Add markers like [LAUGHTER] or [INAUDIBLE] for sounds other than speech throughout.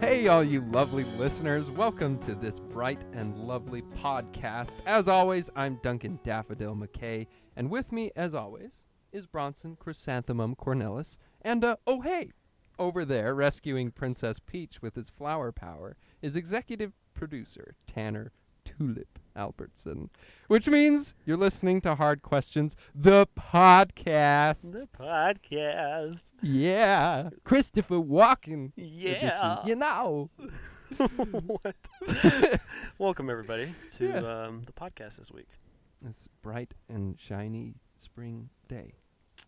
Hey, all you lovely listeners, welcome to this bright and lovely podcast. As always, I'm Duncan Daffodil McKay, and with me, as always, is Bronson Chrysanthemum Cornelis. And uh, oh, hey, over there, rescuing Princess Peach with his flower power, is executive producer Tanner Tulip Albertson, which means you're listening to Hard Questions, the podcast. The podcast. [LAUGHS] Yeah, Christopher Walken. Yeah. edition, You know. [LAUGHS] what? Welcome everybody to Yeah. um, the podcast this week. This bright and shiny spring day.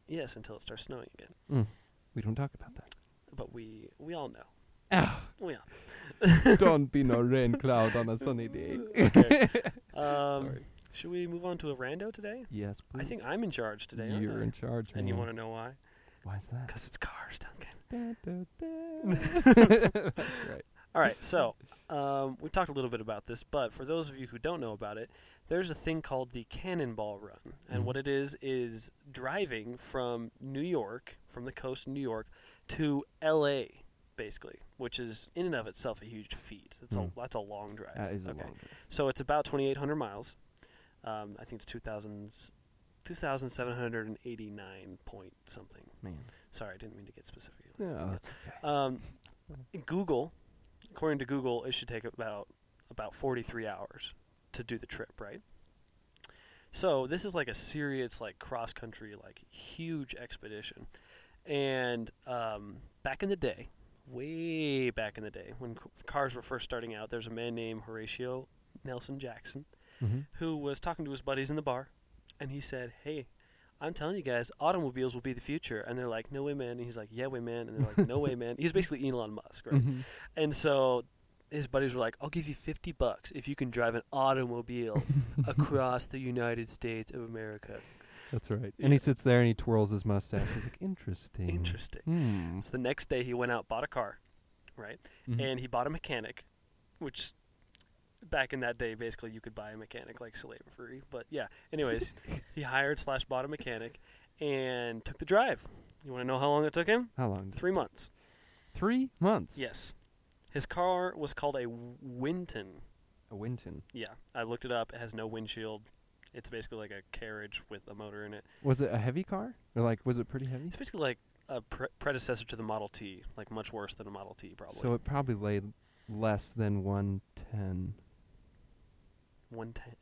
Yes, until it starts snowing again. We don't talk about that. But we we all know. We all. don't be no rain cloud on a sunny [LAUGHS] day. [LAUGHS] Okay. Um, Sorry. Should we move on to a rando today? Yes, please. I think I'm in charge today. aren't you're I? in charge. And you man. want to know why? Why is that? Because it's cars, Duncan. [LAUGHS] Da, da, [LAUGHS] da. That's right. All right, so um, we talked a little bit about this, but for those of you who don't know about it, there's a thing called the Cannonball Run, and Mhm. what it is is driving from New York, from the coast of New York, to L.A. basically, which is in and of itself a huge feat. It's Mm. a that's a long drive. That is a okay. long day. So it's about 2,800 miles. Um, I think it's 2,000, 2,789 point something. Man. Sorry, I didn't mean to get specific. No, that's okay. Um, Google, according to Google, it should take about about 43 hours to do the trip, right? So this is like a serious, like cross country, like huge expedition. And um, back in the day, way back in the day, when c- cars were first starting out, there's a man named Horatio Nelson Jackson Mhm. who was talking to his buddies in the bar, and he said, "Hey, I'm telling you guys, automobiles will be the future." And they're like, "No way, man!" And he's like, "Yeah, way, man!" And they're like, "No way, man!" He's basically Elon [LAUGHS] Musk, right? Mhm. And so his buddies were like, "I'll give you fifty bucks if you can drive an automobile across the United States of America." That's right. Yeah. And he sits there and he twirls his mustache. He's like, interesting. Interesting. Hmm. So the next day, he went out, bought a car, right? Mhm. And he bought a mechanic, which back in that day, basically you could buy a mechanic like slavery. But yeah, [LAUGHS] anyways, he hired slash bought a mechanic and took the drive. You want to know how long it took him? How long? Three months. Three months. Yes. His car was called a Winton. A Winton. Yeah, I looked it up. It has no windshield. It's basically like a carriage with a motor in it. Was it a heavy car? Or like, was it pretty heavy? It's basically like a pre- predecessor to the Model T, like much worse than a Model T, probably. So it probably laid less than 110. 110.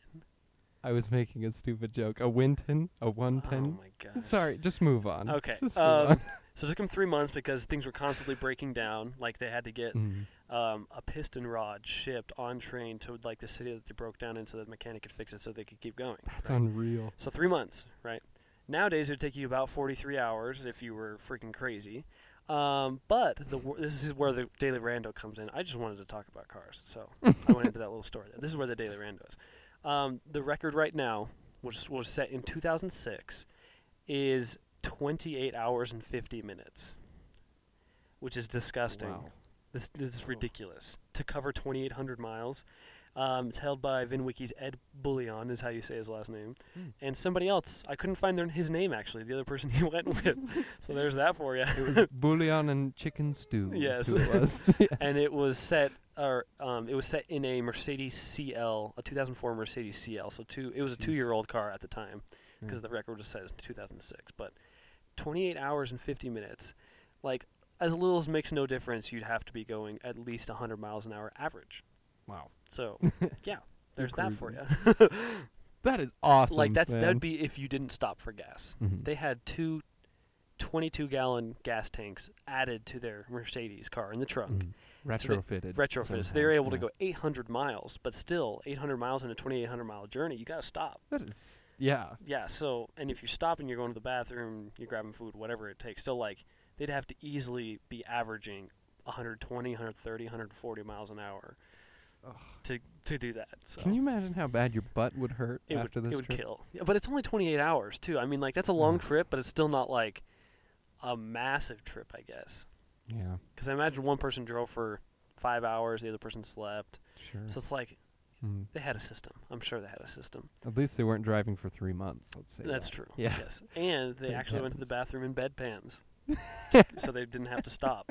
I was making a stupid joke. A Winton? A Oh 110? my god. Sorry, just move on. Okay. Just move Um, [LAUGHS] on. so it took him three months because things were constantly breaking down. Like they had to get Mm. um, a piston rod shipped on train to like the city that they broke down in, so that the mechanic could fix it, so they could keep going. That's right? unreal. So three months, right? Nowadays, it would take you about 43 hours if you were freaking crazy. Um, but the wor- this is where the Daily Rando comes in. I just wanted to talk about cars, so I went into that little story. This is where the Daily Rando is. Um, the record right now, which was set in 2006, is 28 hours and 50 minutes, which is disgusting. Wow. This, this is ridiculous. To cover 2,800 miles. Um, it's held by VinWiki's Ed Bullion, is how you say his last name. Hmm. And somebody else. I couldn't find their, his name, actually, the other person [LAUGHS] he went with. so there's that for you. It [LAUGHS] was bouillon and chicken stew. is Yes. who [LAUGHS] it was. [LAUGHS] Yes. and it was set or um, it was set in a Mercedes CL, a 2004 Mercedes CL. So two, it was a Jeez. two-year-old car at the time because Mm. the record just says 2006. But 28 hours and 50 minutes, like as little as makes no difference. You'd have to be going at least 100 miles an hour average. Wow. [LAUGHS] So yeah, there's that for you. cruising. That is awesome. [LAUGHS] like that's man. that'd be if you didn't stop for gas. Mhm. They had two 22-gallon gas tanks added to their Mercedes car in the trunk Mm. Retrofitted. retrofitted. So somehow, they were able to yeah. go 800 miles, but still 800 miles in a 2,800 mile journey. You got to stop. That is, yeah. Yeah. So, and if you're stopping, you're going to the bathroom, you're grabbing food, whatever it takes. So, like, they'd have to easily be averaging 120, 130, 140 miles an hour Ugh. to to do that. So. Can you imagine how bad your butt would hurt it would, after it this would trip? kill. Yeah, But it's only 28 hours, too. I mean, like, that's a long Mm. trip, but it's still not, like, a massive trip, I guess. Yeah, Because I imagine one person drove for five hours, the other person slept. sure. So it's like, Mm. They had a system. I'm sure they had a system. At least they weren't driving for three months. Let's say That's that. true. Yeah. Yes. And they Bed actually went to the pans. [LAUGHS] bathroom in bedpans, so they didn't have to stop.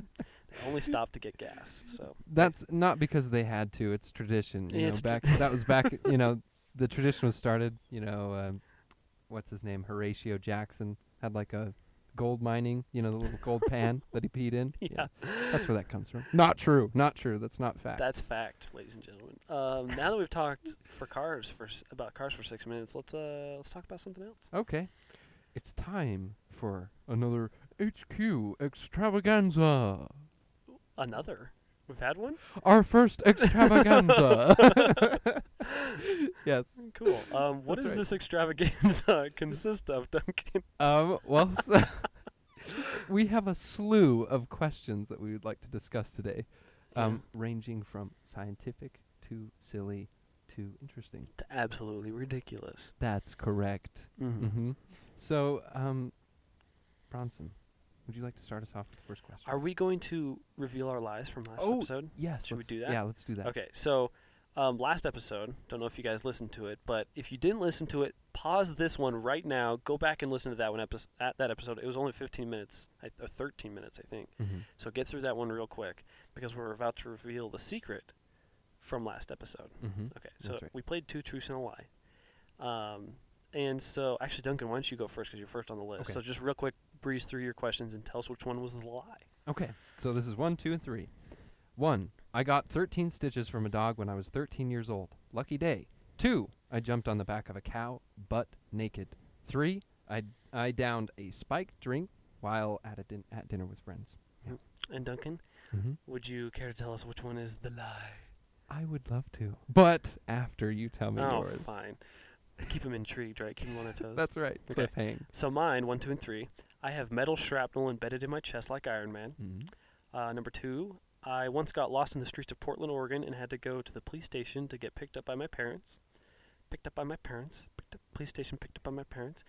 only stopped to get gas. So That's not because they had to. It's tradition. You It's know, tr- back that was back. You know, [LAUGHS] the tradition was started. You know, um, what's his name? Horatio Jackson had like a gold mining. You know, the little [LAUGHS] gold pan that he peed in. yeah, that's where that comes from. Not true. Not true. That's not fact. that's fact, ladies and gentlemen. Um, now that we've talked for cars for s- about cars for six minutes, let's uh, let's talk about something else. okay. It's time for another HQ extravaganza. Another. We've had one. Our first extravaganza. [LAUGHS] [LAUGHS] yes. Cool. [LAUGHS] Um, what That's does right. this extravaganza [LAUGHS] consist of, Duncan? Um, well, [LAUGHS] so we have a slew of questions that we would like to discuss today, um, ranging from scientific to silly to interesting. It's absolutely ridiculous. That's correct. Mm-hmm. hmm So, um, Bronson, would you like to start us off with the first question? Are we going to reveal our lies from last Oh, episode? yes. should we let's- do that? Yeah, let's do that. Okay, so um, last episode, don't know if you guys listened to it, but if you didn't listen to it, pause this one right now. Go back and listen to that one episode. At that episode, it was only 15 minutes, I- or 13 minutes, I think. Mhm. So get through that one real quick because we're about to reveal the secret from last episode. Mhm. Okay, so That's right. we played two truths and a lie. Um, and so, actually, Duncan, why don't you go first because you're first on the list. Okay. So just real quick, breeze through your questions and tell us which one was the lie. Okay. So this is one, two, and three. One, I got 13 stitches from a dog when I was 13 years old. Lucky day. Two, I jumped on the back of a cow, butt naked. Three, I, I downed a spiked drink while at, a din- at dinner with friends. And Duncan, Mm-hmm. would you care to tell us which one is the lie? I would love to. But after you tell me Oh, yours. fine. Keep him intrigued, right? Keep him on their toes. That's right. Okay. Cliffhang. so mine, one, two, and three. I have metal shrapnel embedded in my chest like Iron Man. Mhm. Uh, number two, I once got lost in the streets of Portland, Oregon, and had to go to the police station to get picked up by my parents. Picked up by my parents. Picked up police station. Picked up by my parents.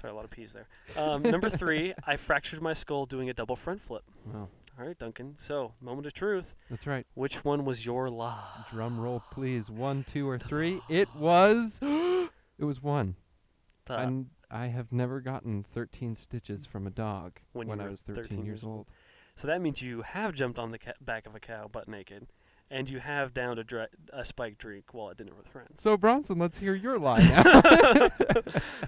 Sorry, a lot of P's there. Um, number three, [LAUGHS] I fractured my skull doing a double front flip. Well, All right, Duncan. So, moment of truth. that's right. Which one was your lie? Drum roll, please. One, two, or three. It [GASPS] was. it was one. The- and I have never gotten 13 stitches from a dog When when, you I were was 13, 13 years years old. So that means you have jumped on the ca- back of a cow butt naked, and you have downed a, dre- a spiked drink while at dinner with [LAUGHS] friends. So Bronson, let's hear your lie [LAUGHS] now.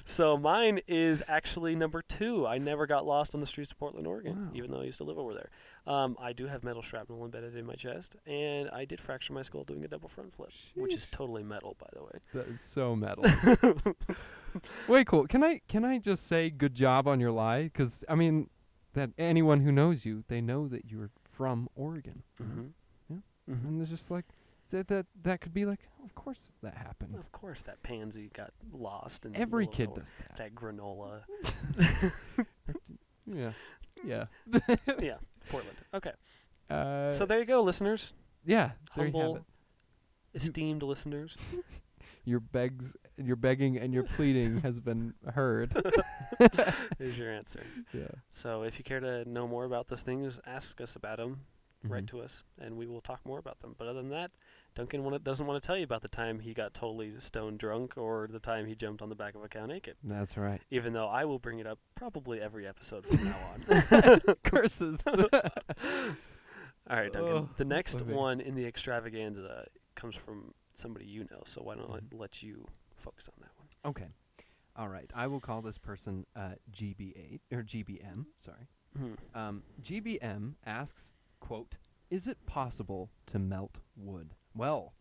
So mine is actually number two. I never got lost on the streets of Portland, Oregon, Wow. even though I used to live over there. Um, I do have metal shrapnel embedded in my chest, and I did fracture my skull doing a double front flip, which [LAUGHS] is totally metal, by the way. that is so [LAUGHS] metal. Way cool. Can I can I just say good job on your lie? Because I mean, that anyone who knows you, they know that you're from Oregon, Mm-hmm. Yeah. Mm-hmm. and it's just like that that that could be like, of course that happened. Of course, that pansy got lost. In the Every middle of kid nowhere. does that. That granola. Yeah, yeah. yeah, Portland. Okay. Uh, so there you go, listeners. yeah, there you have Humble, it. esteemed listeners. Your begs, your begging, and your pleading has been [LAUGHS] heard. is your answer. yeah. So if you care to know more about those things, ask us about them. Write Mm-hmm. to us, and we will talk more about them. But other than that, Duncan wanna, doesn't want to tell you about the time he got totally stone drunk or the time he jumped on the back of a cow naked. Mm-hmm. That's [LAUGHS] right. Even though I will bring it up probably every episode from now [LAUGHS] on. Curses. All right, Duncan. Oh, the next okay. one in the extravaganza comes from somebody you know. So why don't I Mhm. let you focus on that one? okay. All right. I will call this person uh, GBA or GBM. Sorry. Hmm. Um, GBM asks, "Quote: Is it possible to melt wood?" Well,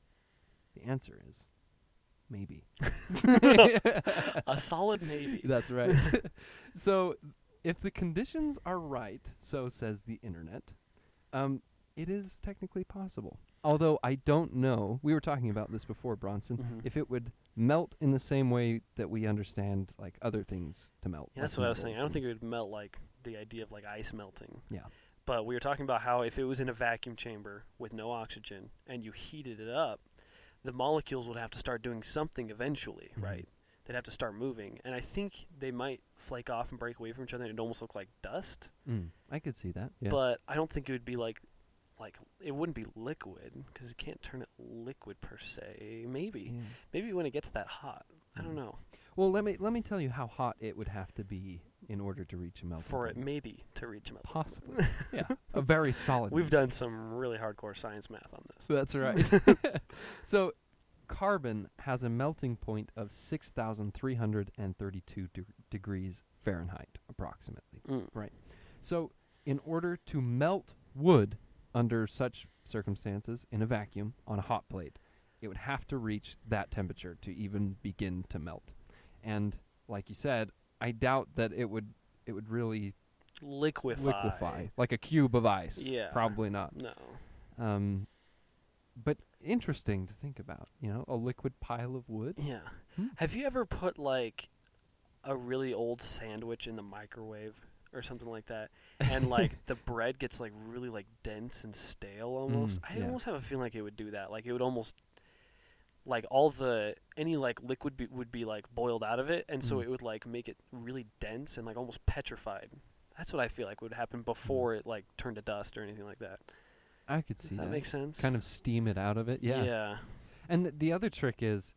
the answer is maybe. [LAUGHS] A solid maybe. That's right. [LAUGHS] so, if the conditions are right, so says the internet, um, it is technically possible. Although I don't know, we were talking about this before, Bronson, Mhm. if it would melt in the same way that we understand like other things to melt. Yeah, that's like what I was saying. metals I don't and- think it would melt like the idea of like ice melting. Yeah. But we were talking about how if it was in a vacuum chamber with no oxygen and you heated it up, the molecules would have to start doing something eventually, Mhm. right? They'd have to start moving. And I think they might flake off and break away from each other and it'd almost look like dust. Mm, I could see that. Yeah. But I don't think it would be like like it wouldn't be liquid because you can't turn it liquid per se. Maybe. Yeah. Maybe when it gets that hot. I Mhm. don't know. Well, let me let me tell you how hot it would have to be in order to reach a melting for it point. maybe to reach melting point. [LAUGHS] Possibly. yeah. A very solid. We've reach. done some really hardcore science math on this. That's right. [LAUGHS] [LAUGHS] so carbon has a melting point of 6,332 de- degrees Fahrenheit, approximately. Mm. So, in order to melt wood under such circumstances in a vacuum on a hot plate, it would have to reach that temperature to even begin to melt. And like you said, I doubt that it would it would really Liquefy. liquefy like a cube of ice. Yeah. probably not. No. Um, but interesting to think about. You know, a liquid pile of wood. Yeah. Hmm. Have you ever put like a really old sandwich in the microwave or something like that, [LAUGHS] and like the bread gets like really like dense and stale almost? Mm, I yeah. almost have a feeling like it would do that. Like it would almost like all the any like liquid be, would be like boiled out of it, and so Mm. it would like make it really dense and like almost petrified. That's what I feel like would happen Mm. before it like turned to dust or anything like that. I could Does see that that. make sense? kind of steam it out of it. Yeah. Yeah. And th- the other trick is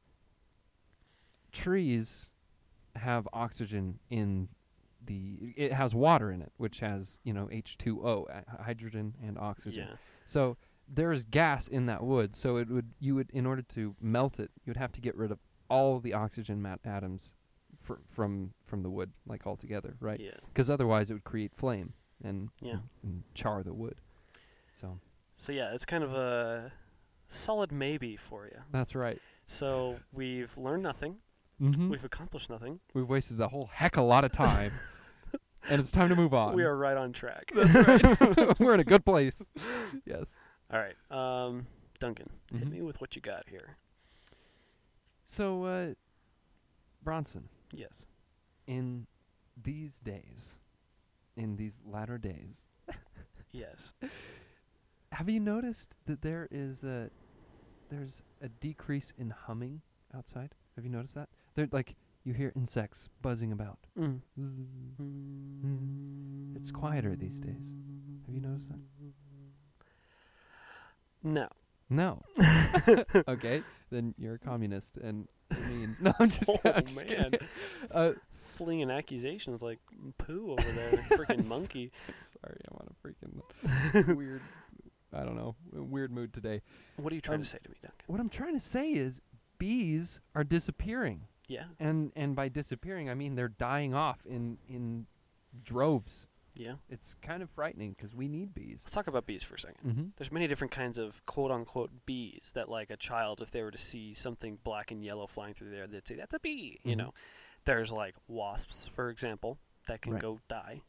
trees have oxygen in the it has water in it which has, you know, H2O, uh, hy- hydrogen and oxygen. Yeah. So there is gas in that wood, so it would you would in order to melt it, you would have to get rid of all the oxygen mat- atoms fr- from from the wood like altogether, right? Yeah. Because otherwise it would create flame and, Yeah. and char the wood. So So yeah, it's kind of a solid maybe for you. that's right. So we've learned nothing. Mm-hmm. We've accomplished nothing. We've wasted a whole heck a lot of [LAUGHS] time, and it's time to move on. We are right on track. [LAUGHS] [LAUGHS] We're in a good place. Yes. All right, um, Duncan, hit Mhm. me with what you got here. So, uh, Bronson, Yes. in these days, in these latter days, Yes. have you noticed that there is a there's a decrease in humming outside? Have you noticed that? They're like you hear insects buzzing [LAUGHS] about. Mm. Zzz. Mm-hmm. It's quieter these days. Have you noticed that? No. [LAUGHS] No. okay, then you're a communist, and I mean, [LAUGHS] no, [LAUGHS] I'm just, Oh I'm just man, kidding. Uh, flinging accusations like poo [LAUGHS] over there, freaking monkey. Sorry, I'm on a [LAUGHS] freaking weird. I don't know, a weird mood today. What are you trying Um, to say to me, Duncan? What I'm trying to say is bees are disappearing, Yeah. and and by disappearing I mean they're dying off in in droves. Yeah. It's kind of frightening because we need bees. Let's talk about bees for a second. Mm-hmm. There's many different kinds of quote unquote bees that, like, a child, if they were to see something black and yellow flying through there, they'd say, that's a bee, you Mhm. know. There's, like, wasps, for example, that can Right. go die.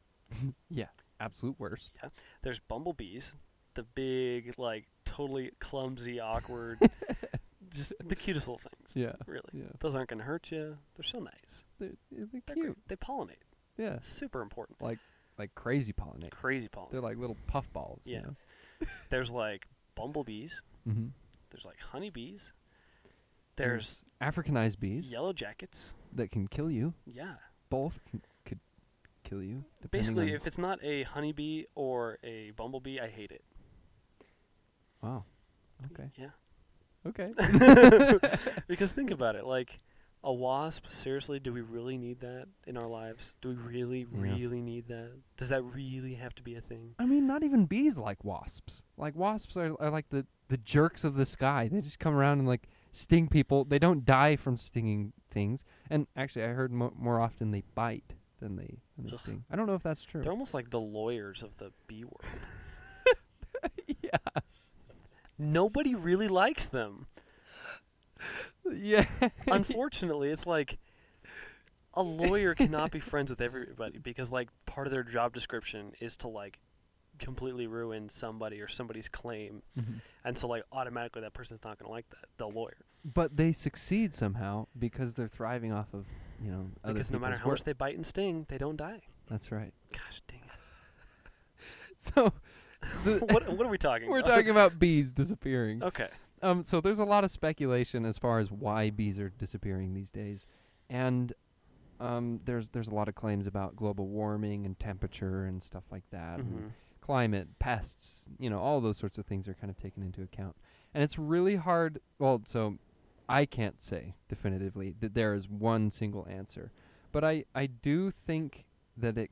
Yeah, absolute worst. There's bumblebees, the big, like, totally [LAUGHS] clumsy, awkward, just the cutest little things, Yeah, really. yeah. Those aren't going to hurt you. They're so nice. They're, they're They're cute. great. They pollinate. Yeah, That's super important. like crazy pollinate. Crazy pollinate. They're like little puff balls. Yeah. There's, like, bumblebees, Mm-hmm. there's, like, honeybees, Mm. there's Africanized bees yellow jackets. that can kill you. Yeah. Both can, could kill you. depending Basically, on- if it's not a honeybee or a bumblebee, I [LAUGHS] hate it. Wow. Okay. Yeah. Okay. Because think about it, like a wasp, seriously, do we really need that in our lives? Do we really, Yeah. really need that? Does that really have to be a thing? I mean, not even bees like wasps. Like wasps are, are like the the jerks of the sky. They just come around and like sting people. They don't die from stinging things. And actually, I heard mo- more often they bite than they than they Ugh. sting. I don't know if that's true. They're almost like the lawyers of the bee world. [LAUGHS] yeah. Nobody really likes them. [LAUGHS] Yeah. Unfortunately, it's like a lawyer cannot be friends with everybody because like part of their job description is to like completely ruin somebody or somebody's claim Mm-hmm. And so, like, automatically, that person's not going to like that, the lawyer. but they succeed somehow because they're thriving off of you know other because no matter people's how much work. they bite and sting, they don't die. That's right. Gosh dang it. So [LAUGHS] the, [LAUGHS] what, what are we talking [LAUGHS] we're about? talking about bees disappearing. Okay. Um, so there's a lot of speculation as far as why bees are disappearing these days, and um, there's there's a lot of claims about global warming and temperature and stuff like that, and Mhm. climate, pests, you know, all those sorts of things are kind of taken into account, and it's really hard. Well, so I can't say definitively that there is one single answer, but I I do think that it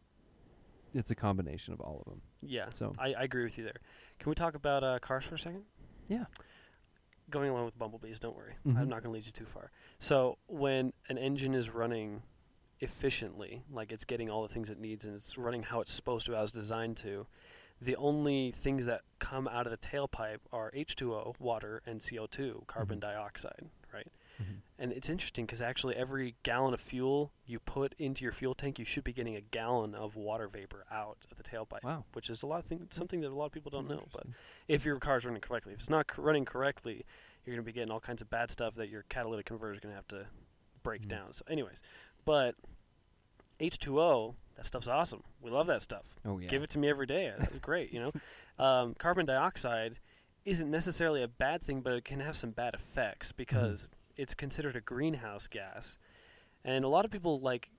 it's a combination of all of them. Yeah, So I, I agree with you there. Can we talk about uh, cars for a second? Yeah. Going along with bumblebees, don't worry. Mhm. I'm not going to lead you too far. So when an engine is running efficiently, like it's getting all the things it needs and it's running how it's supposed to, how it's designed to, the only things that come out of the tailpipe are H2O, water, and CO2, carbon Mhm. dioxide, right? Mm-hmm. And it's interesting because actually, every gallon of fuel you put into your fuel tank, you should be getting a gallon of water vapor out of the tailpipe, Wow. which is a lot of thing, something that That's a lot of people don't know. But Interesting. if your car's running correctly, if it's not c- running correctly, you're going to be getting all kinds of bad stuff that your catalytic converter is going to have to break Mhm. down. So, anyways, but H2O, that stuff's awesome. We love that stuff. oh yeah, Give it to me every day. That was great, you know. Um, carbon dioxide isn't necessarily a bad thing, but it can have some bad effects because it's considered a greenhouse gas, and a lot of people like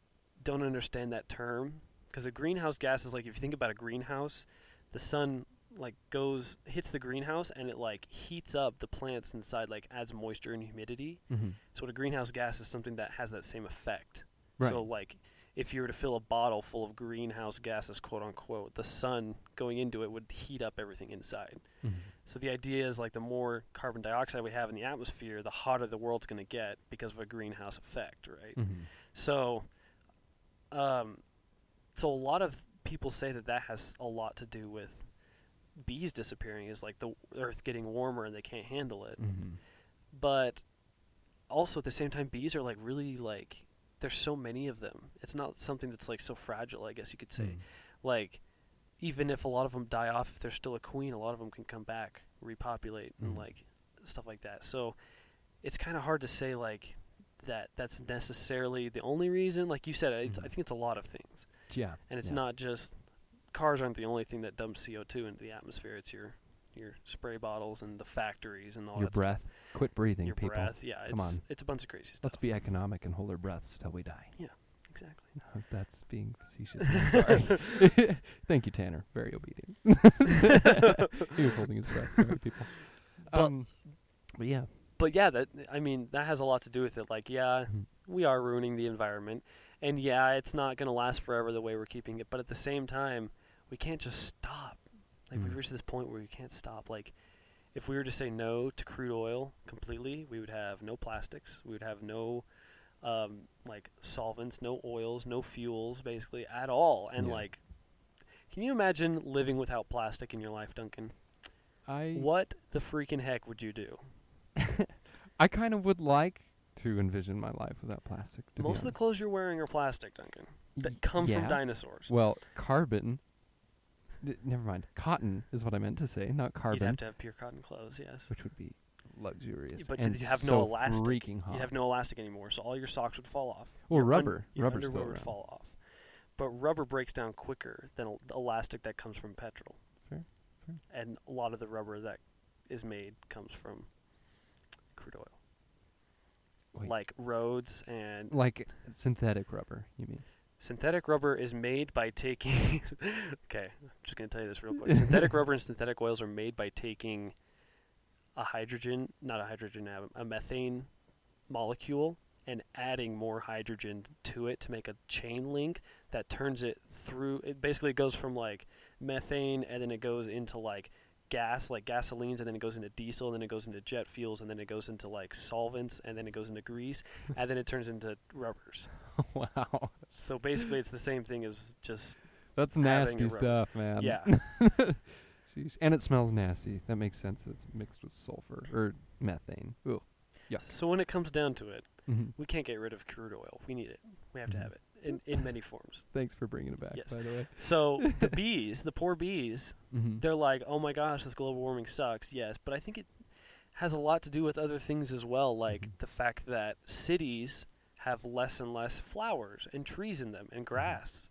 don't understand that term because a greenhouse gas is like if you think about a greenhouse, the sun like goes hits the greenhouse and it like heats up the plants inside, like adds moisture and humidity. hmm So what a greenhouse gas is something that has that same effect. Right. So like if you were to fill a bottle full of greenhouse gases, quote unquote, the sun going into it would heat up everything inside. Mm-hmm. So the idea is like the more carbon dioxide we have in the atmosphere, the hotter the world's going to get because of a greenhouse effect, right? Mm-hmm. So, um, so a lot of people say that that has a lot to do with bees disappearing is like the earth getting warmer and they can't handle it Mm-hmm. but also at the same time bees are like really like there's so many of them it's not something that's like so fragile i guess you could say Hmm. Mm. like even if a lot of them die off if there's still a queen a lot of them can come back repopulate and Mhm. like stuff like that so it's kind of hard to say like that that's necessarily the only reason like you said it's, i Mhm. think it's a lot of things yeah, and it's yeah. not just cars aren't the only thing that dumps co2 into the atmosphere it's your your spray bottles and the factories and all your that stuff breath. Quit breathing, your people. breath. Yeah, Come it's on. it's a bunch of crazy stuff. Let's be economic and hold our breaths till we [LAUGHS] die. exactly. That's being facetious. I'm [LAUGHS] sorry. [LAUGHS] Thank you, Tanner. Very obedient. he was holding his breath. Sorry, people. But- Um, but yeah, But yeah, that I mean that has a lot to do with it. Like, yeah, Mhm. we are ruining the environment, and yeah, it's not gonna last forever the way we're keeping it. But at the same time, we can't just stop. Like we've Mm. reached this point where we can't stop. Like. If we were to say no to crude oil completely, we would have no plastics. We would have no um, like solvents, no oils, no fuels, basically at all. And Yeah. like, can you imagine living without plastic in your life, Duncan? I What the freaking heck would you do? I kind of would like to envision my life without plastic. to be Most of the honest. clothes you're wearing are plastic, Duncan. Y- That come yeah. from dinosaurs. Well, carbon. N- never mind. Cotton is what I meant to say, not You'd have carbon, to have pure cotton clothes, yes. which would be luxurious. But and you have so no elastic. Freaking hot. You'd have no elastic anymore, so all your socks would fall off. well, Your un- rubber. your rubber's still underwear would around. fall off. But rubber breaks down quicker than el- the elastic that comes from petrol. Fair, fair. And a lot of the rubber that is made comes from crude oil. Wait. Like roads and Like synthetic rubber, you mean? Synthetic rubber is made by taking. [LAUGHS] okay, I'm just going to tell you this real quick. Synthetic rubber and synthetic oils are made by taking a hydrogen, not a hydrogen atom, a methane molecule and adding more hydrogen to it to make a chain link that turns it through. It basically goes from like methane and then it goes into like gas, like gasolines, and then it goes into diesel, and then it goes into jet fuels, and then it goes into like solvents, and then it goes into grease, and then it turns into rubbers. [LAUGHS] wow, So basically, it's the same thing as just that's Having a nasty rubber. stuff, man. yeah, Jeez. And it smells nasty. That makes sense. It's mixed with sulfur or methane. Ooh. So when it comes down to it, Mhm. we can't get rid of crude oil. We need it. We have to Mhm. have it in in many forms. Thanks for bringing it back, Yes. by the way. So [LAUGHS] the bees, the poor bees, [LAUGHS] Mm-hmm. they're like, "Oh my gosh, this global warming sucks." Yes, but I think it has a lot to do with other things as well, like Mhm. the fact that cities have less and less flowers and trees in them and Mm-hmm. grass.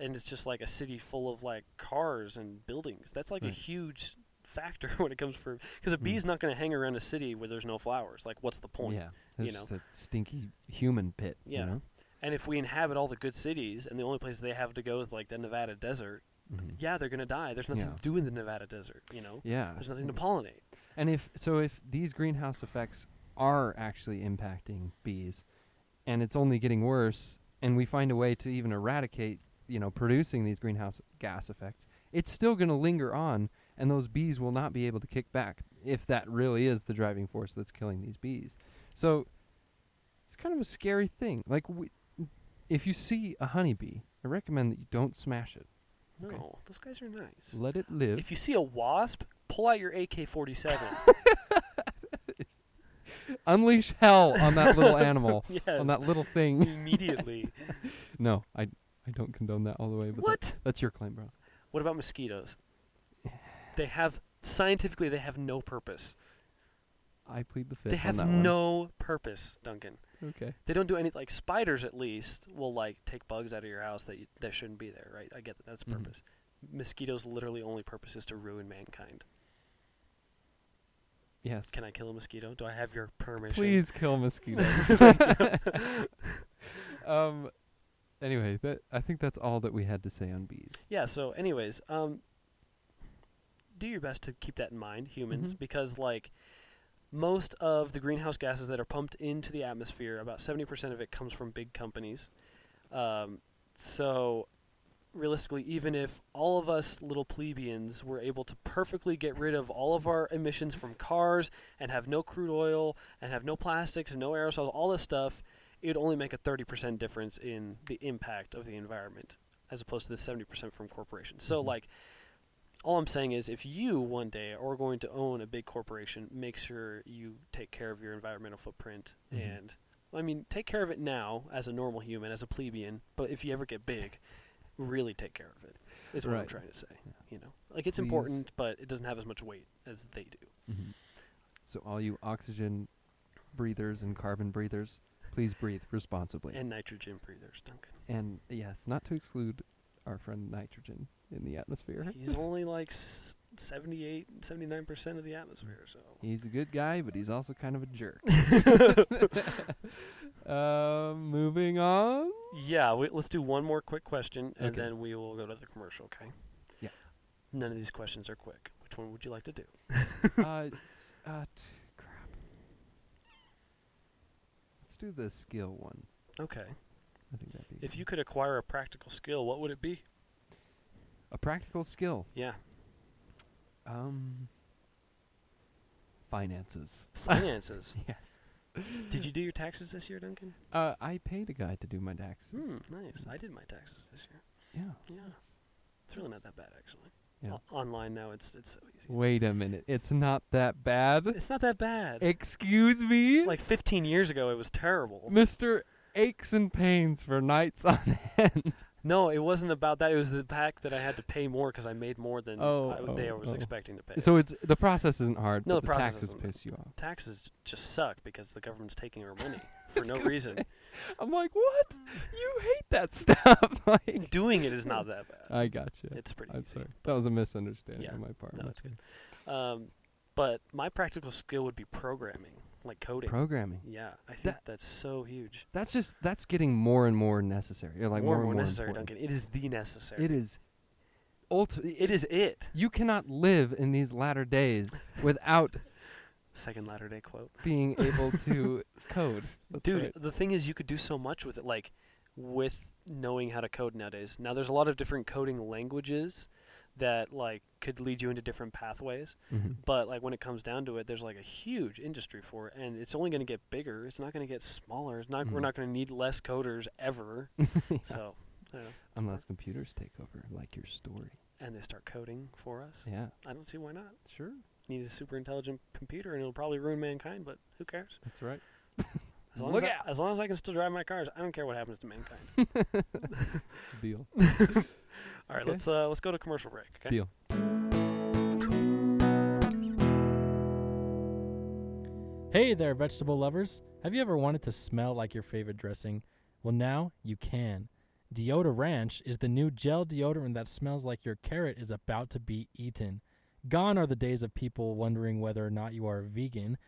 And it's just like a city full of like cars and buildings. That's like a Right. Mm-hmm. huge factor [LAUGHS] when it comes for because a bee's not going to hang around a city where there's no flowers. Like what's the point? Yeah. It's you know. just a stinky human pit. you Yeah. know? And if we inhabit all the good cities and the only place they have to go is like the Nevada desert, Mhm. yeah, they're going to die. There's nothing Yeah. to do in the Nevada desert, you know? Yeah. Mm-hmm. There's nothing to pollinate. And if so, if these greenhouse effects are actually impacting bees, and it's only getting worse, and we find a way to even eradicate you know producing these greenhouse gas effects, it's still going to linger on, and those bees will not be able to kick back if that really is the driving force that's killing these bees. So it's kind of a scary thing. Like we, if you see a honeybee, I recommend that you don't smash it. No, Okay. Oh, those guys are nice. Let it live. If you see a wasp, pull out your AK-47. [LAUGHS] Unleash hell on that [LAUGHS] little animal, [LAUGHS] yes, on that little thing. [LAUGHS] [LAUGHS] immediately. No, I I don't condone that all the way. But that- what? that's your claim, bro. What about mosquitoes? They have scientifically they have no purpose. I plead the fifth. They on have that one. no purpose, Duncan. Okay. They don't do any like spiders. At least will like take bugs out of your house that you, that shouldn't be there, right? I get that. That's Mhm. purpose. Mosquitoes literally only purpose is to ruin mankind. Yes. Can I kill a mosquito? Do I have your permission? Please kill [LAUGHS] mosquitoes. [LAUGHS] um. Anyway, that I think that's all that we had to say on bees. Yeah. So, anyways, um, do your best to keep that in mind, humans, Mhm. because like most of the greenhouse gases that are pumped into the atmosphere, about seventy percent of it comes from big companies. Um, so, realistically, even if all of us little plebeians were able to perfectly get rid of all of our emissions from cars and have no crude oil and have no plastics and no aerosols, all this stuff, it would only make a thirty percent difference in the impact of the environment as opposed to the 70% from corporations. So Mhm. like all I'm saying is if you one day are going to own a big corporation, make sure you take care of your environmental footprint Mhm. and I mean, take care of it now as a normal human, as a plebeian, but if you ever get big, really take care of it. Is what I'm Right. trying to say, you know. Like it's Please. important, but it doesn't have as much weight as they do. So all you oxygen breathers and carbon breathers, please breathe responsibly. And nitrogen breathers, Duncan. And yes, not to exclude our friend nitrogen in the atmosphere. He's only like s- 78, 79% of the atmosphere, so He's a good guy, but he's also kind of a [LAUGHS] jerk. [LAUGHS] um, moving on. Yeah, we, let's do one more quick question, and Okay. then we will go to the commercial. Okay. Yeah. None of these questions are quick. Which one would you like to do? [LAUGHS] Uh, it's- uh, t- crap. Let's do the skill one. Okay. I think that'd be If you could acquire a practical skill, what would it be? a practical skill. Yeah, [LAUGHS] Um, finances. [LAUGHS] finances. Yes. Did you do your taxes this year, Duncan? Uh, I paid a guy to do my taxes. Hmm, nice. I did my taxes this year. Yeah. Yeah, it's really not that bad actually. Yeah. O- online now, it's it's so easy. Wait a minute. It's not that bad. It's not that bad. Excuse me, like 15 years ago, it was terrible. Mr. Aches and pains for nights [LAUGHS] on end. No, it wasn't about that. It was the fact that I had to pay more because I made more than Oh, I, they oh, was oh. expecting to pay. So it's the process isn't hard. No, but the the, process taxes isn't. piss you off. taxes just suck because the government's taking [LAUGHS] our money for was no gonna reason. I'm like, what? You hate that [LAUGHS] stuff? like, Doing it is not that bad. I gotcha. it's pretty I'm easy. sorry. That was a misunderstanding Yeah. on my part. No, my it's bad. Um, but my practical skill would be programming, like coding. Programming. yeah, I think That- that's so huge. That's just that's getting more and more necessary. Or like more more, and more necessary, important. Duncan. It is the necessary. It is. Ulti- It is it. you cannot live in these latter [LAUGHS] days without Second Latter Day quote. being able to [LAUGHS] code. That's Dude, [LAUGHS] right. the thing is, you could do so much with it, like with knowing how to code nowadays. Now, there's a lot of different coding languages that like could lead you into different pathways. Mhm. But like when it comes down to it, there's like a huge industry for it, and it's only going to get bigger. It's not going to get smaller. It's not. We're Mm. not going to need less coders ever. Yeah. So, I don't know. [LAUGHS] Unless computers take over, like your story. and they start coding for us. Yeah, I don't see why not. sure. Need a super intelligent computer, and it'll probably ruin mankind. But who cares? That's right. As long Look as out. I, as long as I can still drive my cars, I don't care what happens to mankind. [LAUGHS] Deal. All right, Okay. let's uh, let's go to commercial break. Okay. Deal. Hey there, vegetable lovers! Have you ever wanted to smell like your favorite dressing? Well, now you can. Deodorant Ranch is the new gel deodorant that smells like your carrot is about to be eaten. Gone are the days of people wondering whether or not you are a vegan.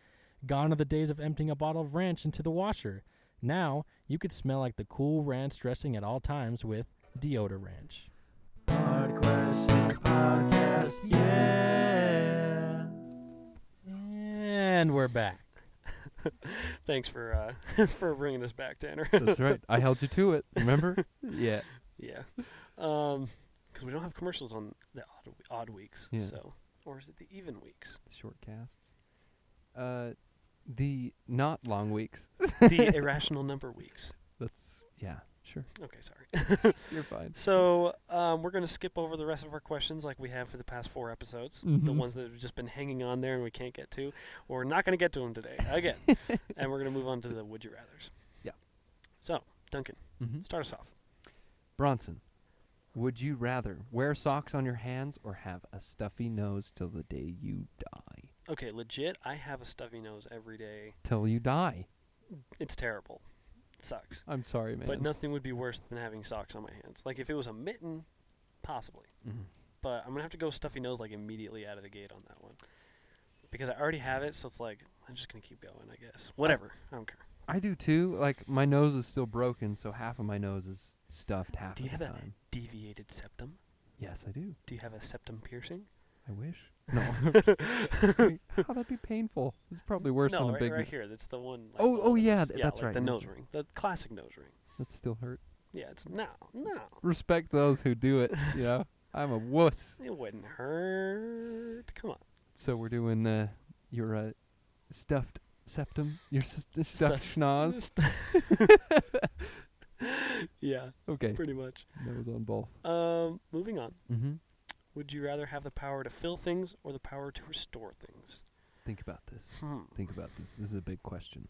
Gone are the days of emptying a bottle of ranch into the washer. Now you could smell like the cool ranch dressing at all times with Deodorant Ranch. podcast, yeah. And we're back. Thanks for uh, [LAUGHS] for bringing us back, Tanner. [LAUGHS] That's right. I held you to it. Remember? yeah. Yeah, because Um, we don't have commercials on the odd, w- odd weeks. Yeah. So, or is it the even [LAUGHS] weeks? Short casts. Uh, the not long weeks. the irrational number weeks. That's yeah, sure. Okay, sorry. [LAUGHS] You're fine. So um, we're gonna skip over the rest of our questions, like we have for the past four episodes, the Mhm. ones that have just been hanging on there and we can't get to. We're not gonna get to them today again, [LAUGHS] and we're gonna move on to the would you rather's. Yeah. So Duncan, Mm-hmm. start us off. Bronson, would you rather wear socks on your hands or have a stuffy nose till the day you die? Okay, legit, I have a stuffy nose every day. Till you die. It's terrible. It sucks. I'm sorry, man. But nothing would be worse than having socks on my hands. Like if it was a mitten, possibly. Mhm. But I'm gonna have to go stuffy nose like immediately out of the gate on that one. Because I already have it, so it's like I'm just gonna keep going, I guess. Whatever. I don't care. I do too. Like my nose is still broken, so half of my nose is stuffed half Do you of the have a- time. Deviated septum? Yes, I do. Do you have a septum piercing? I [LAUGHS] wish. No. How that'd be painful. It's probably worse no, than right, a big. right here. That's the one. Like, Oh, the oh, one that yeah, is- th- that's like right, The that's nose right. ring, the classic nose ring. That still hurt. Yeah, it's no, no, Respect those who do it. You know, I'm a wuss. it wouldn't hurt. Come on, So we're doing uh, your uh, stuffed septum, your s- stuffed schnoz. [LAUGHS] [LAUGHS] yeah, Okay, pretty much. that was on both. Um, moving on. Mm-hmm. Would you rather have the power to fill things or the power to restore things? Think about this. Hmm. Think about this. This is a big question.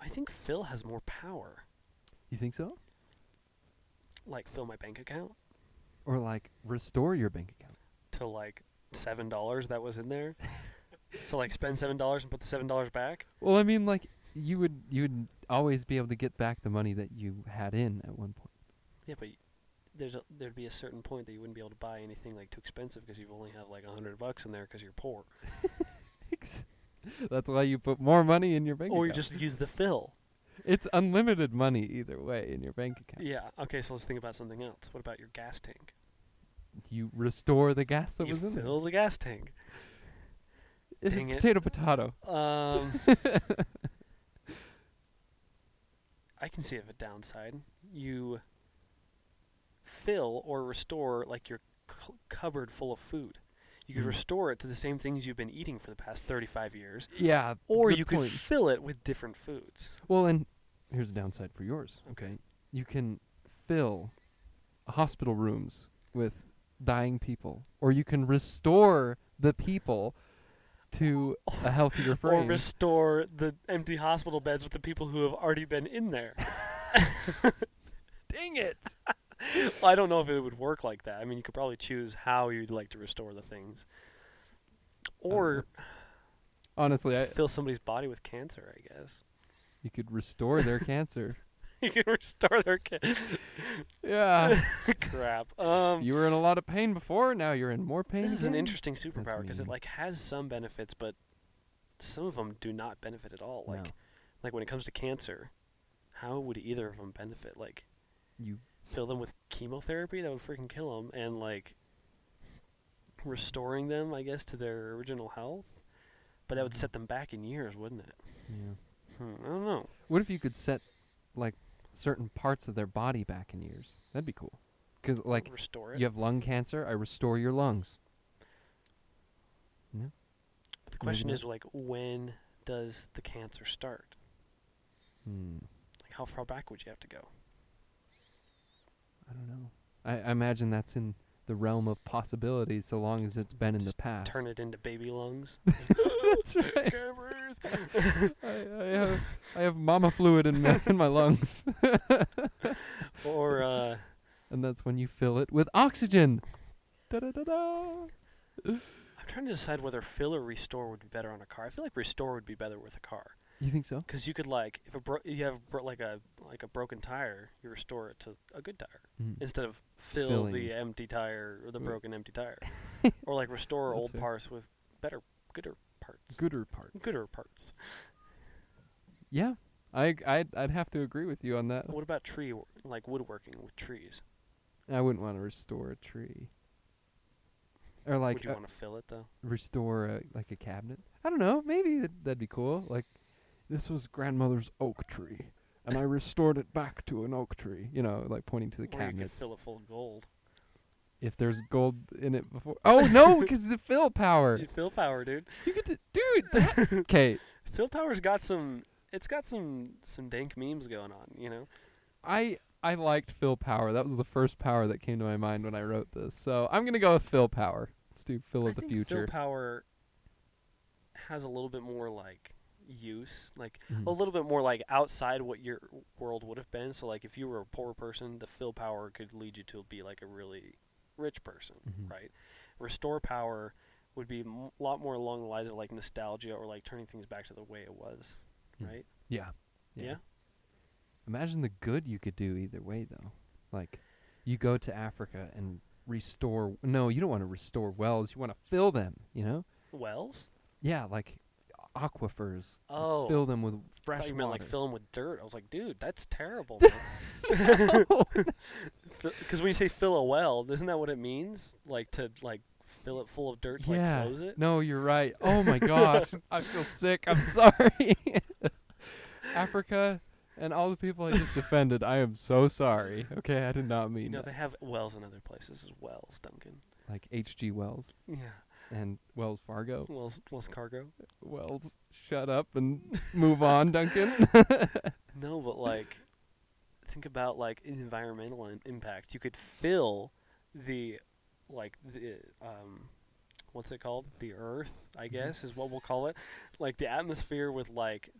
I think Phil has more power. You think so? Like fill my bank account Or like restore your bank account? to like seven dollars that was in [LAUGHS] there. so like spend seven dollars and put the seven dollars back. Well, I mean, like you would you would always be able to get back the money that you had in at one point. [LAUGHS] Yeah, but y- there's a, there'd be a certain point that you wouldn't be able to buy anything like too expensive because you only have like a hundred bucks in there because you're poor. That's why you put more money in your bank or you account. just use the fill. it's unlimited money either way in your bank account. Yeah. Okay. So let's think about something else. What about your gas tank? You restore the gas that you was in there. fill the gas tank. Eh, dang it. potato potato. [LAUGHS] Um, I can see of a downside. You fill or restore like your cu- cupboard full of food. You could Mm. restore it to the same things you've been eating for the past 35 years, Yeah. or good you point. could fill it with different foods. Well, and here's a downside for yours. Okay. You can fill hospital rooms with dying people, or you can restore the people to a healthier Or frame. restore the empty hospital beds with the people who have already been in there. [LAUGHS] Dang it! I don't know if it would work like that. I mean, you could probably choose how you'd like to restore the things. don't know. Or Honestly, I, fill somebody's body with cancer, I guess. [LAUGHS] you could restore their cancer. you can restore their ca- [LAUGHS] Yeah. crap. [LAUGHS] Um, you were in a lot of pain before. Now you're in more pain. this is an again. interesting superpower because it mean. like has some benefits, but some of them do not benefit at all. Like, No. like when it comes to cancer, how would either of them benefit? Like, You fill them with chemotherapy that would freaking kill them, and like restoring them, I guess, to their original health. But that would Mm-hmm. set them back in years, wouldn't it? yeah. Hmm, I don't know. What if you could set like certain parts of their body back in years? That'd be cool. Because like restore it. you have lung cancer, I restore your lungs. But the question Mhm. is like, when does the cancer start? Hmm. Like, how far back would you have to go? I don't know. I, I imagine that's in the realm of possibility, so long as it's been in the Just past. Turn it into [LAUGHS] baby lungs. that's right. I, I, have, I have mama fluid in my, in my lungs, [LAUGHS] or uh, and that's when you fill it with oxygen. Da da da da. I'm trying to decide whether fill or restore would be better on a car. I feel like restore would be better with a car You think so? because you could like if a bro- you have bro- like a like a broken tire, you restore it to a good tire Mm. instead of fill Filling. the empty tire or the Right. broken empty [LAUGHS] tire, or like restore That's old fair. parts with better gooder parts. Gooder parts. Gooder parts. Yeah, I I'd, I'd have to agree with you on that. What about tree, wor- like woodworking with trees? I wouldn't want to restore a tree. Or like Would you uh, want to fill it though? restore a, like a cabinet. I don't know. Maybe that, that'd be cool. Like this was grandmother's oak tree, and I restored it back to an oak tree. You know, like pointing to the Or you could cabinets. fill it full of gold. If there's gold in it before. Oh no, because the fill power. You fill power, dude. You get to, dude. [LAUGHS] That, okay, Phil Power's got some. It's got some some dank memes going on, you know. I I liked Phil Power. That was the first power that came to my mind when I wrote this. So I'm gonna go with Phil Power. Let's do Phil I of the think future. Phil Power has a little bit more like use, like Mhm. a little bit more like outside what your world would have been. So like if you were a poor person, the Phil Power could lead you to be like a really rich person, Mhm. right? Restore Power would be a m- lot more along the lines of like nostalgia or like turning things back to the way it was, Mm. right? Yeah. Yeah. Imagine the good you could do either way, though. Like, you go to Africa and restore. No, you don't want to restore wells. You want to fill them. You know? Wells. Yeah, like aquifers. and Oh. Fill them with I fresh thought you meant water. like fill 'em with dirt. I was like, dude, that's [LAUGHS] terrible. [LAUGHS] Because when you say fill a well, isn't that what it means? Like to like fill it full of dirt to yeah. like close it. No, you're [LAUGHS] right. Oh my gosh, I feel sick. I'm [LAUGHS] sorry. Africa and all the people I [LAUGHS] just offended. I am so sorry. Okay, I did not mean You know that. they have wells in other places as wells, Duncan. like H.G. Wells Yeah, and Wells Fargo. [LAUGHS] wells, wells cargo. Wells, shut up and move on, Duncan. No, but like, think about like an environmental im- impact. You could fill the, like the um, what's it called? The Earth, I Mm-hmm. guess, is what we'll call it. Like the atmosphere with like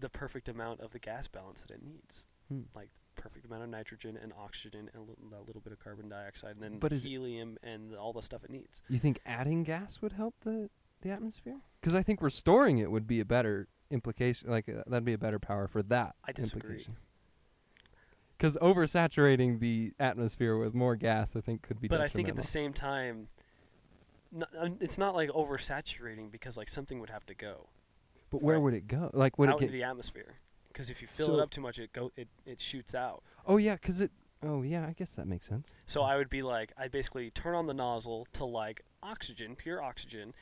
the perfect amount of the gas balance that it needs. Hmm. Like perfect amount of nitrogen and oxygen and a little, a little bit of carbon dioxide and then But is- helium and all the stuff it needs. you think adding gas would help the the atmosphere? Because I think restoring it would be a better implication. Like uh, that'd be a better power for that. I disagree. Because oversaturating the atmosphere with more gas, I think, could be. but I think at the detrimental. same time, n- uh, it's not like oversaturating because like something would have to go. But where right. would it go? Like, would out it into get? the atmosphere. Because if you fill So- it up too much, it go it, it shoots out. oh yeah, because it. Oh yeah, I guess that makes sense. So I would be like, I basically turn on the nozzle to like oxygen, pure oxygen,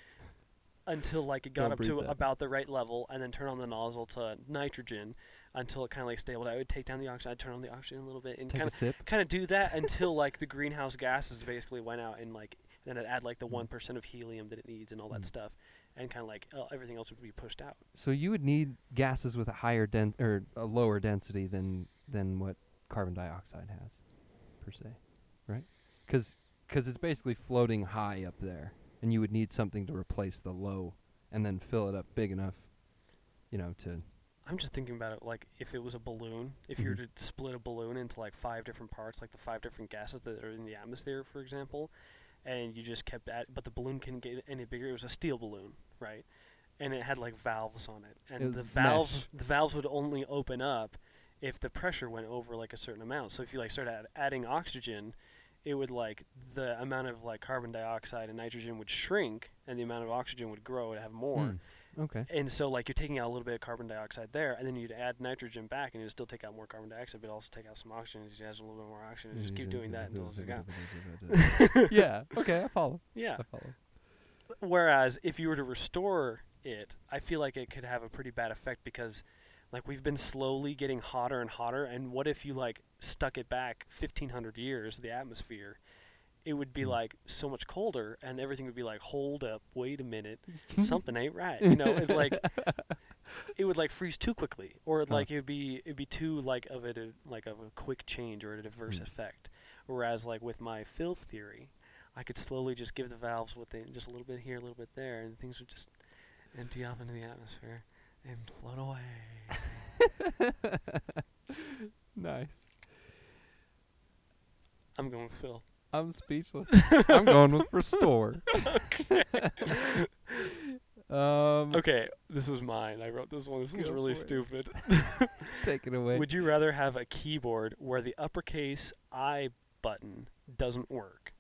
until like it got Don't up breathe to that. about the right level, and then turn on the nozzle to nitrogen until it kind of like stabilized. I would take down the oxygen, I'd turn on the oxygen a little bit, and Take kind a of sip. kind of do that until like the greenhouse gases basically went out, and like then I'd add like the one percent of helium that it needs and all that Mm. stuff, and kind of like uh, everything else would be pushed out. So you would need gases with a higher den or a lower density than than what carbon dioxide has, per se, right? Because it's basically floating high up there, and you would need something to replace the low, and then fill it up big enough, you know, to I'm just thinking about it like if it was a balloon, if Mm-hmm. you were to split a balloon into like five different parts, like the five different gases that are in the atmosphere, for example, and you just kept at, but the balloon couldn't get any bigger. It was a steel balloon, right? And it had like valves on it, and was the valves mesh. the valves would only open up if the pressure went over like a certain amount. So if you like started add, adding oxygen, it would like the amount of like carbon dioxide and nitrogen would shrink, and the amount of oxygen would grow and have more. Hmm, okay. And so, like, you're taking out a little bit of carbon dioxide there, and then you'd add nitrogen back, and you'd still take out more carbon dioxide, but also take out some oxygen, and you add a little bit more oxygen, and just keep doing that until it's ah. gone. [LAUGHS] yeah. Okay. I follow. Yeah. I follow. Whereas, if you were to restore it, I feel like it could have a pretty bad effect because, like, we've been slowly getting hotter and hotter, and what if you, like, stuck it back 1,500 years, the atmosphere? It would be, Mm. like, so much colder, and everything would be like, hold up, wait [LAUGHS] a minute. something ain't right. You know, it like it would like freeze too quickly, or it, Huh. like it would be it'd be too like of a di- like of a quick change or a diverse Hmm. effect. Whereas like with my fill theory, I could slowly just give the valves what they just a little bit here, a little bit there, and things would just empty off into the atmosphere and float away. [LAUGHS] Nice. I'm going with fill. I'm [LAUGHS] speechless. I'm going with restore. [LAUGHS] um, Okay, this is mine. I wrote this one. This one's Go really for it. stupid. Take it away. Would you rather have a keyboard where the uppercase I button doesn't work,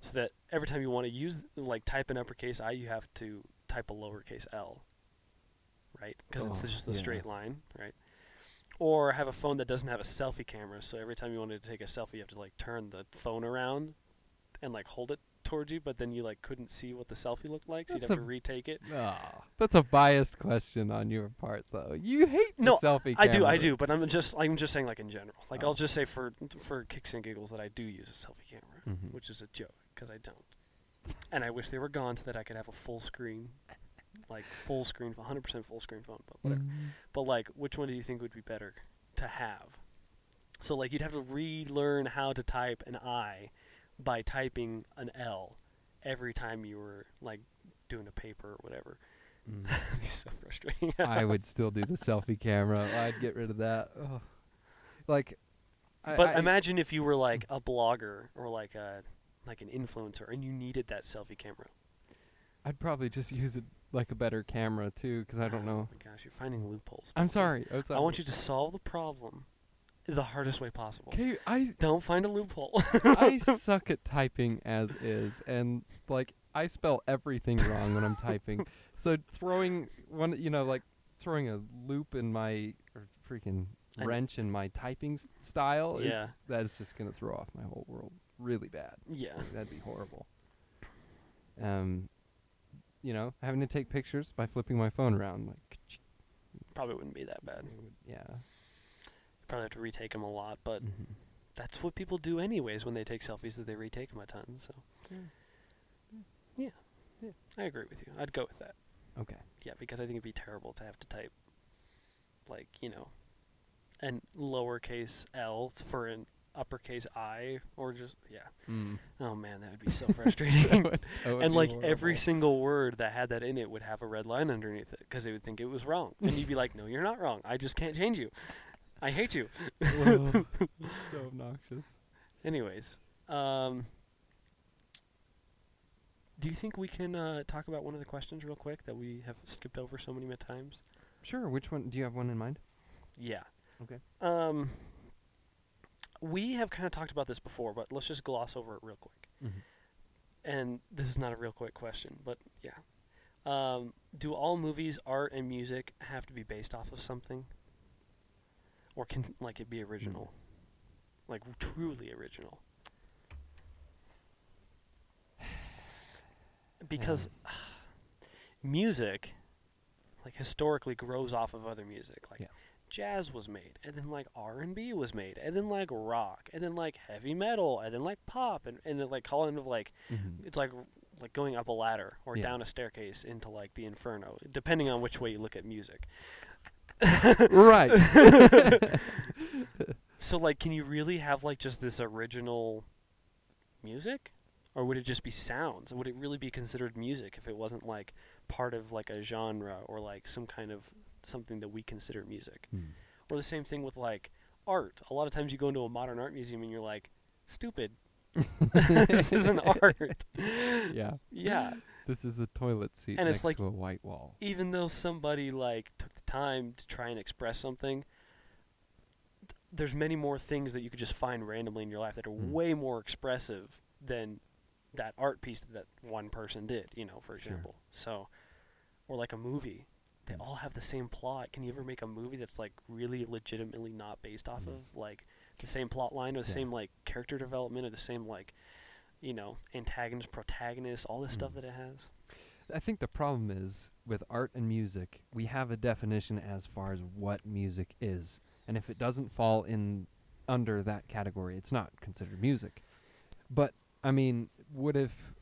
so that every time you want to use like type an uppercase I, you have to type a lowercase L, right? Because Oh, it's just a yeah. straight line, right? Or have a phone that doesn't have a selfie camera, so every time you wanted to take a selfie, you have to like turn the phone around and like hold it towards you, but then you like couldn't see what the selfie looked like, so you'd That's have to a- retake it. Aw, [LAUGHS] that's a biased question on your part, though. You hate the No, selfie. I do, I camera. do, but I'm just I'm just saying like in general. Like Oh. I'll just say for for kicks and giggles that I do use a selfie camera, Mhm. which is a joke because I don't, and I wish they were gone so that I could have a full screen, like full screen, 100% full screen phone, but whatever. But like, which one do you think would be better to have? So like, you'd have to relearn how to type an I by typing an L every time you were like doing a paper or whatever. [LAUGHS] Mm. It'd be so frustrating. [LAUGHS] I would still do the selfie camera. I'd get rid of that. Ugh. Like, I, but I, imagine if you were like a blogger or like a like an influencer and you needed that selfie camera. I'd probably just use it like a better camera too, because I don't know. Oh my gosh, you're finding loopholes. I'm Duncan. sorry. Oh, I'm I want you to solve the problem the hardest way possible. Okay, I Don't find a loophole. [LAUGHS] I suck at typing as is, and like I spell everything wrong when I'm typing. So throwing one, you know, like throwing a loop in my or freaking I kn- wrench in my typing s- style, Yeah. it's, that's just gonna throw off my whole world really bad. yeah. Like, that'd be horrible. Um, you know, having to take pictures by flipping my phone around, like it's- Probably wouldn't be that bad. it would- yeah. Probably have to retake them a lot, but Mhm. that's what people do anyways when they take selfies that they retake them a ton. So Yeah. yeah, Yeah. I agree with you. I'd go with that. Okay. Yeah, because I think it'd be terrible to have to type like you know, an lowercase l for an uppercase i or just yeah. Mm. Oh man, that would be so frustrating. That would [LAUGHS] and be like every horrible. single word that had that in it would have a red line underneath it because they would think it was wrong, and you'd be like, "No, you're not wrong. I just can't change you. I hate you." Ugh, [LAUGHS] so obnoxious. Anyways, um, do you think we can uh, talk about one of the questions real quick that we have skipped over so many mi- times? Sure. Which one? Do you have one in mind? Yeah. Okay. Um, we have kind of talked about this before, but let's just gloss over it real quick. Mhm. And this is not a real quick question, but yeah. Um, do all movies, art, and music have to be based off of something, or can like it be original, like truly original? Because [SIGHS] music, like historically, grows off of other music. Like Yeah. jazz was made, and then like R and B was made, and then like rock, and then like heavy metal, and then like pop, and and then like kind of like it's like like going up a ladder or Yeah. down a staircase into like the inferno, depending on which way you look at music. [LAUGHS] right. So like, can you really have like just this original music, or would it just be sounds? Would it really be considered music if it wasn't like part of like a genre or like some kind of something that we consider music? Or the same thing with like art. A lot of times you go into a modern art museum and you're like, stupid. [LAUGHS] this isn't art. [LAUGHS] yeah. Yeah. This is a toilet seat And next it's like- to a white wall. Even though somebody like took the time to try and express something, th- there's many more things that you could just find randomly in your life that are Mm. way more expressive than that art piece that one person did, you know, for Sure. example. So or like a movie. They Mm. all have the same plot. Can you ever make a movie that's like really legitimately not based off Mm. of like the same plot line or the Yeah. same like character development or the same like you know antagonist protagonist all this stuff Mm. that it has I think the problem is with art and music, we have a definition as far as what music is, and if it doesn't fall in under that category, it's not considered music. But I mean, what if,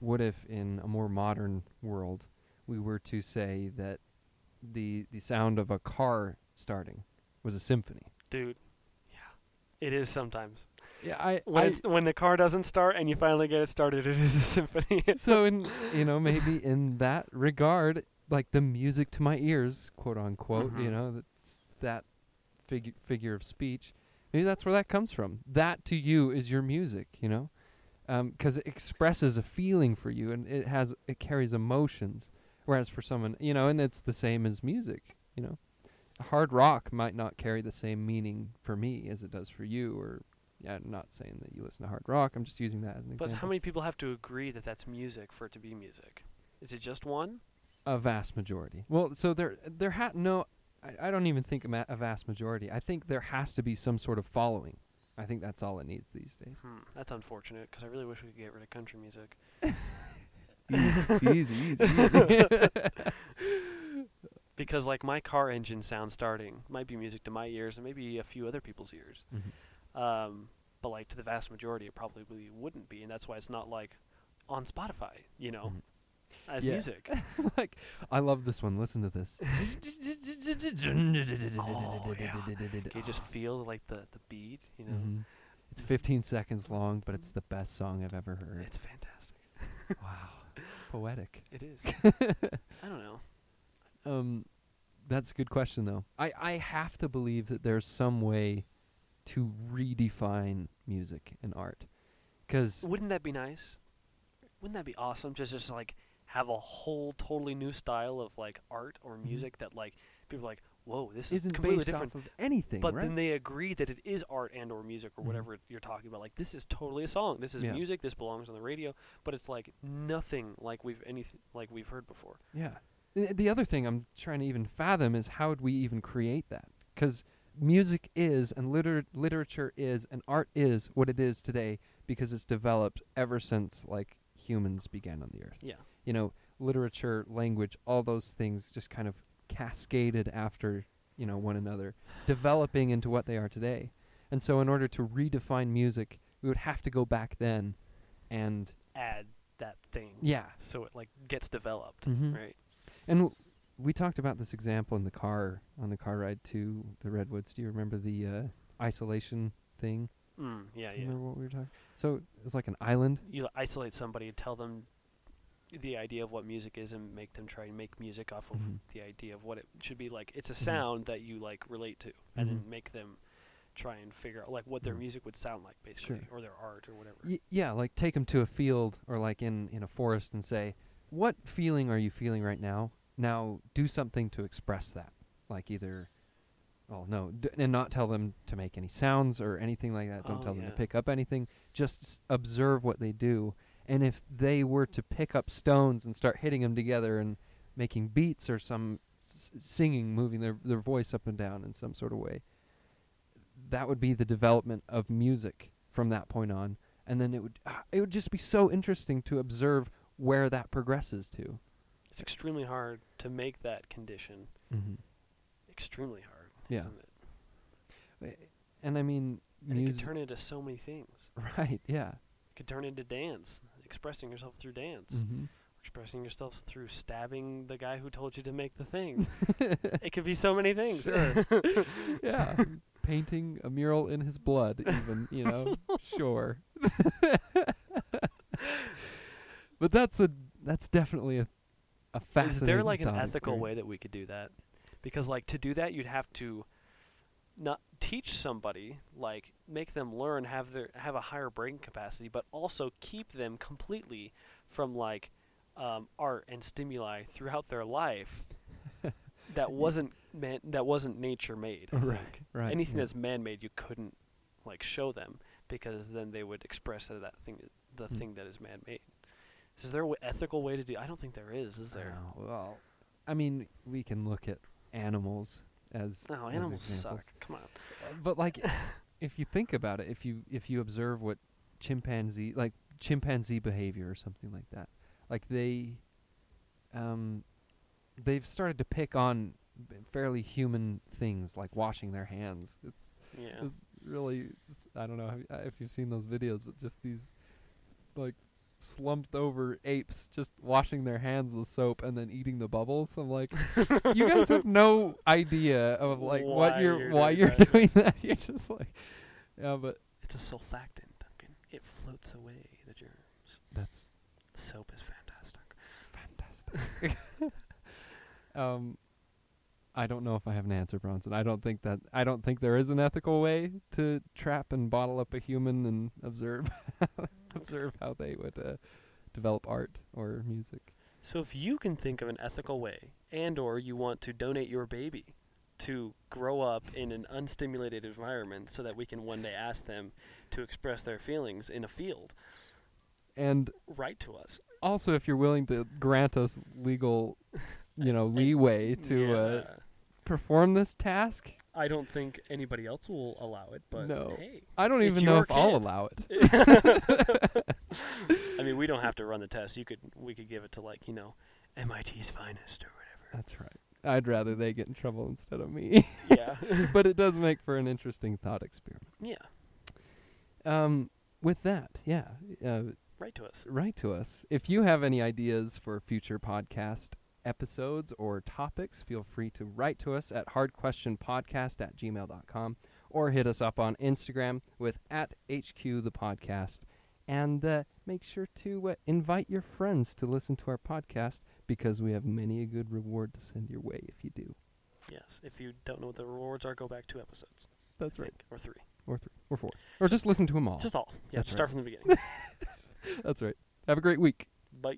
what if in a more modern world, we were to say that the the sound of a car starting was a symphony? dude yeah it is sometimes Yeah, I, when I it's when the car doesn't start and you finally get it started it is a symphony [LAUGHS] so in you know maybe in that regard like the music to my ears quote unquote you Mhm. know that's that figure figure of speech maybe that's where that comes from that to you is your music you know because it expresses a feeling for you and it has it carries emotions whereas for someone you know and it's the same as music you know hard rock might not carry the same meaning for me as it does for you or yeah, I'm not saying that you listen to hard rock. I'm just using that as an but example. how many people have to agree that that's music for it to be music is it just one A vast majority. Well, so there, there ha- no, I, I don't even think a, ma- a vast majority. I think there has to be some sort of following. I think that's all it needs these [LAUGHS] days. Hmm, that's unfortunate because I really wish we could get rid of country music. easy, easy, [LAUGHS] easy. Because like my car engine sound starting might be music to my ears and maybe a few other people's ears, Mhm. um, but like to the vast majority, it probably really wouldn't be, and that's why it's not like on Spotify, you know, Mhm. as Yeah. [LAUGHS] music. like, [LAUGHS] I love this one. Listen to this. [LAUGHS] Oh, You just feel like the the beat, you know. Mhm. It's 15 seconds long, but it's the best song I've ever heard. It's fantastic. wow, [LAUGHS] it's poetic. [LAUGHS] It is. I don't know. Um, that's a good question though. I I have to believe that there's some way to redefine music and art, because Wouldn't that be nice? Wouldn't that be awesome? Just just like have a whole totally new style of like art or music that like people are like, whoa, this is Mm-hmm. isn't completely based different. off of anything, But right? then they agree that it is art and or music or Mhm. whatever you're talking about. Like this is totally a song. This is Yeah. music. This belongs on the radio. But it's like nothing like we've anything like we've heard before. Yeah. Th- The other thing I'm trying to even fathom is how would we even create that? Because music is, and liter- literature is, and art is what it is today because it's developed ever since like humans began on the earth. Yeah. You know, literature, language, all those things just kind of cascaded after you know one another, developing into what they are today. And so, in order to redefine music, we would have to go back then, and Add that thing. yeah, So it like gets developed, Mhm. right? And w- we talked about this example in the car on the car ride to the redwoods. Do you remember the uh, isolation thing? Mm, yeah, Do you yeah. Remember what we were talking? So it was like an island. you isolate somebody and tell them the idea of what music is and make them try and make music off of Mhm. the idea of what it should be like it's a Mhm. sound that you like relate to and Mhm. then make them try and figure out like what their Mhm. music would sound like basically or their art or whatever Y- yeah, like take them to a field or like in in a forest and say, "What feeling are you feeling right now?" Now do something to express that. Like either, oh no, d- and not tell them to make any sounds or anything like that. Don't Oh, tell them to yeah. pick up anything. Just s- observe what they do. And if they were to pick up stones and start hitting them together and making beats or some s- singing, moving their their voice up and down in some sort of way, that would be the development of music from that point on and then it would ah, it would just be so interesting to observe where that progresses to it's extremely hard to make that condition mm-hmm. extremely hard Yeah. isn't it and i mean and it could music turn into so many things [LAUGHS] right yeah it could turn into dance expressing yourself through dance Mhm. expressing yourself through stabbing the guy who told you to make the [LAUGHS] thing it could be so many things [LAUGHS] yeah painting a mural in his blood even you [LAUGHS] know sure [LAUGHS] but that's a that's definitely a a Is fascinating there like an thought ethical experiment. way that we could do that? Because like to do that, you'd have to not teach somebody, like make them learn, have their have a higher brain capacity, but also keep them completely from like um, art and stimuli throughout [LAUGHS] their life that wasn't meant that wasn't nature made. I Right, think. right, Anything yeah. that's man made, you couldn't like show them because then they would express that, that thing the Mm. thing that is man made. Is there an ethical way to do? I don't think there is. Is there? Oh, well i mean we can look at animals as No, as Oh, animals examples. suck. Come on. but like if you think about it if you if you observe what chimpanzee like chimpanzee behavior or something like that like they um they've started to pick on b- fairly human things like washing their hands it's Yeah. it's really i don't know if- uh, if you've seen those videos with just these like slumped over apes just washing their hands with soap and then eating the bubbles i'm [LAUGHS] like you guys have no idea of like what Why you're, you're why doing you're that. doing [LAUGHS] that you're just like yeah but It's a surfactant, Duncan. It floats away the germs. that's Soap is fantastic. fantastic [LAUGHS] um i don't know if i have an answer bronson i don't think that i don't think there is an ethical way to trap and bottle up a human and observe observe how they would uh, develop art or music So if you can think of an ethical way and or you want to donate your baby to grow up in an unstimulated environment so that we can one day ask them to express their feelings in a field, and write to us. also if you're willing to grant us [LAUGHS] legal you know leeway to uh, Yeah. perform this task I don't think anybody else will allow it, but No. hey. [LAUGHS] [LAUGHS] I don't It's even know your if I'll kid. allow it. I mean, we don't have to run the test. You could we could give it to like, you know, MIT's finest or That's right. I'd rather they get in trouble instead of [LAUGHS] me. [LAUGHS] whatever. yeah. but it does make for an interesting thought experiment. yeah. Um, with that, yeah, uh, Write to us. write to us. If you have any ideas for future podcast episodes or topics, feel free to write to us at hardquestionpodcast at gmail.com or hit us up on Instagram with at HQ the podcast. And uh, make sure to uh, invite your friends to listen to our podcast because we have many a good reward to send your way if you do. Yes. If you don't know what the rewards are, go back two episodes. That's I think, or three. Or three, or four. Or just listen to them all. Just all. [LAUGHS] Yeah, That's just start from the beginning. That's right. Have a great week. Bye.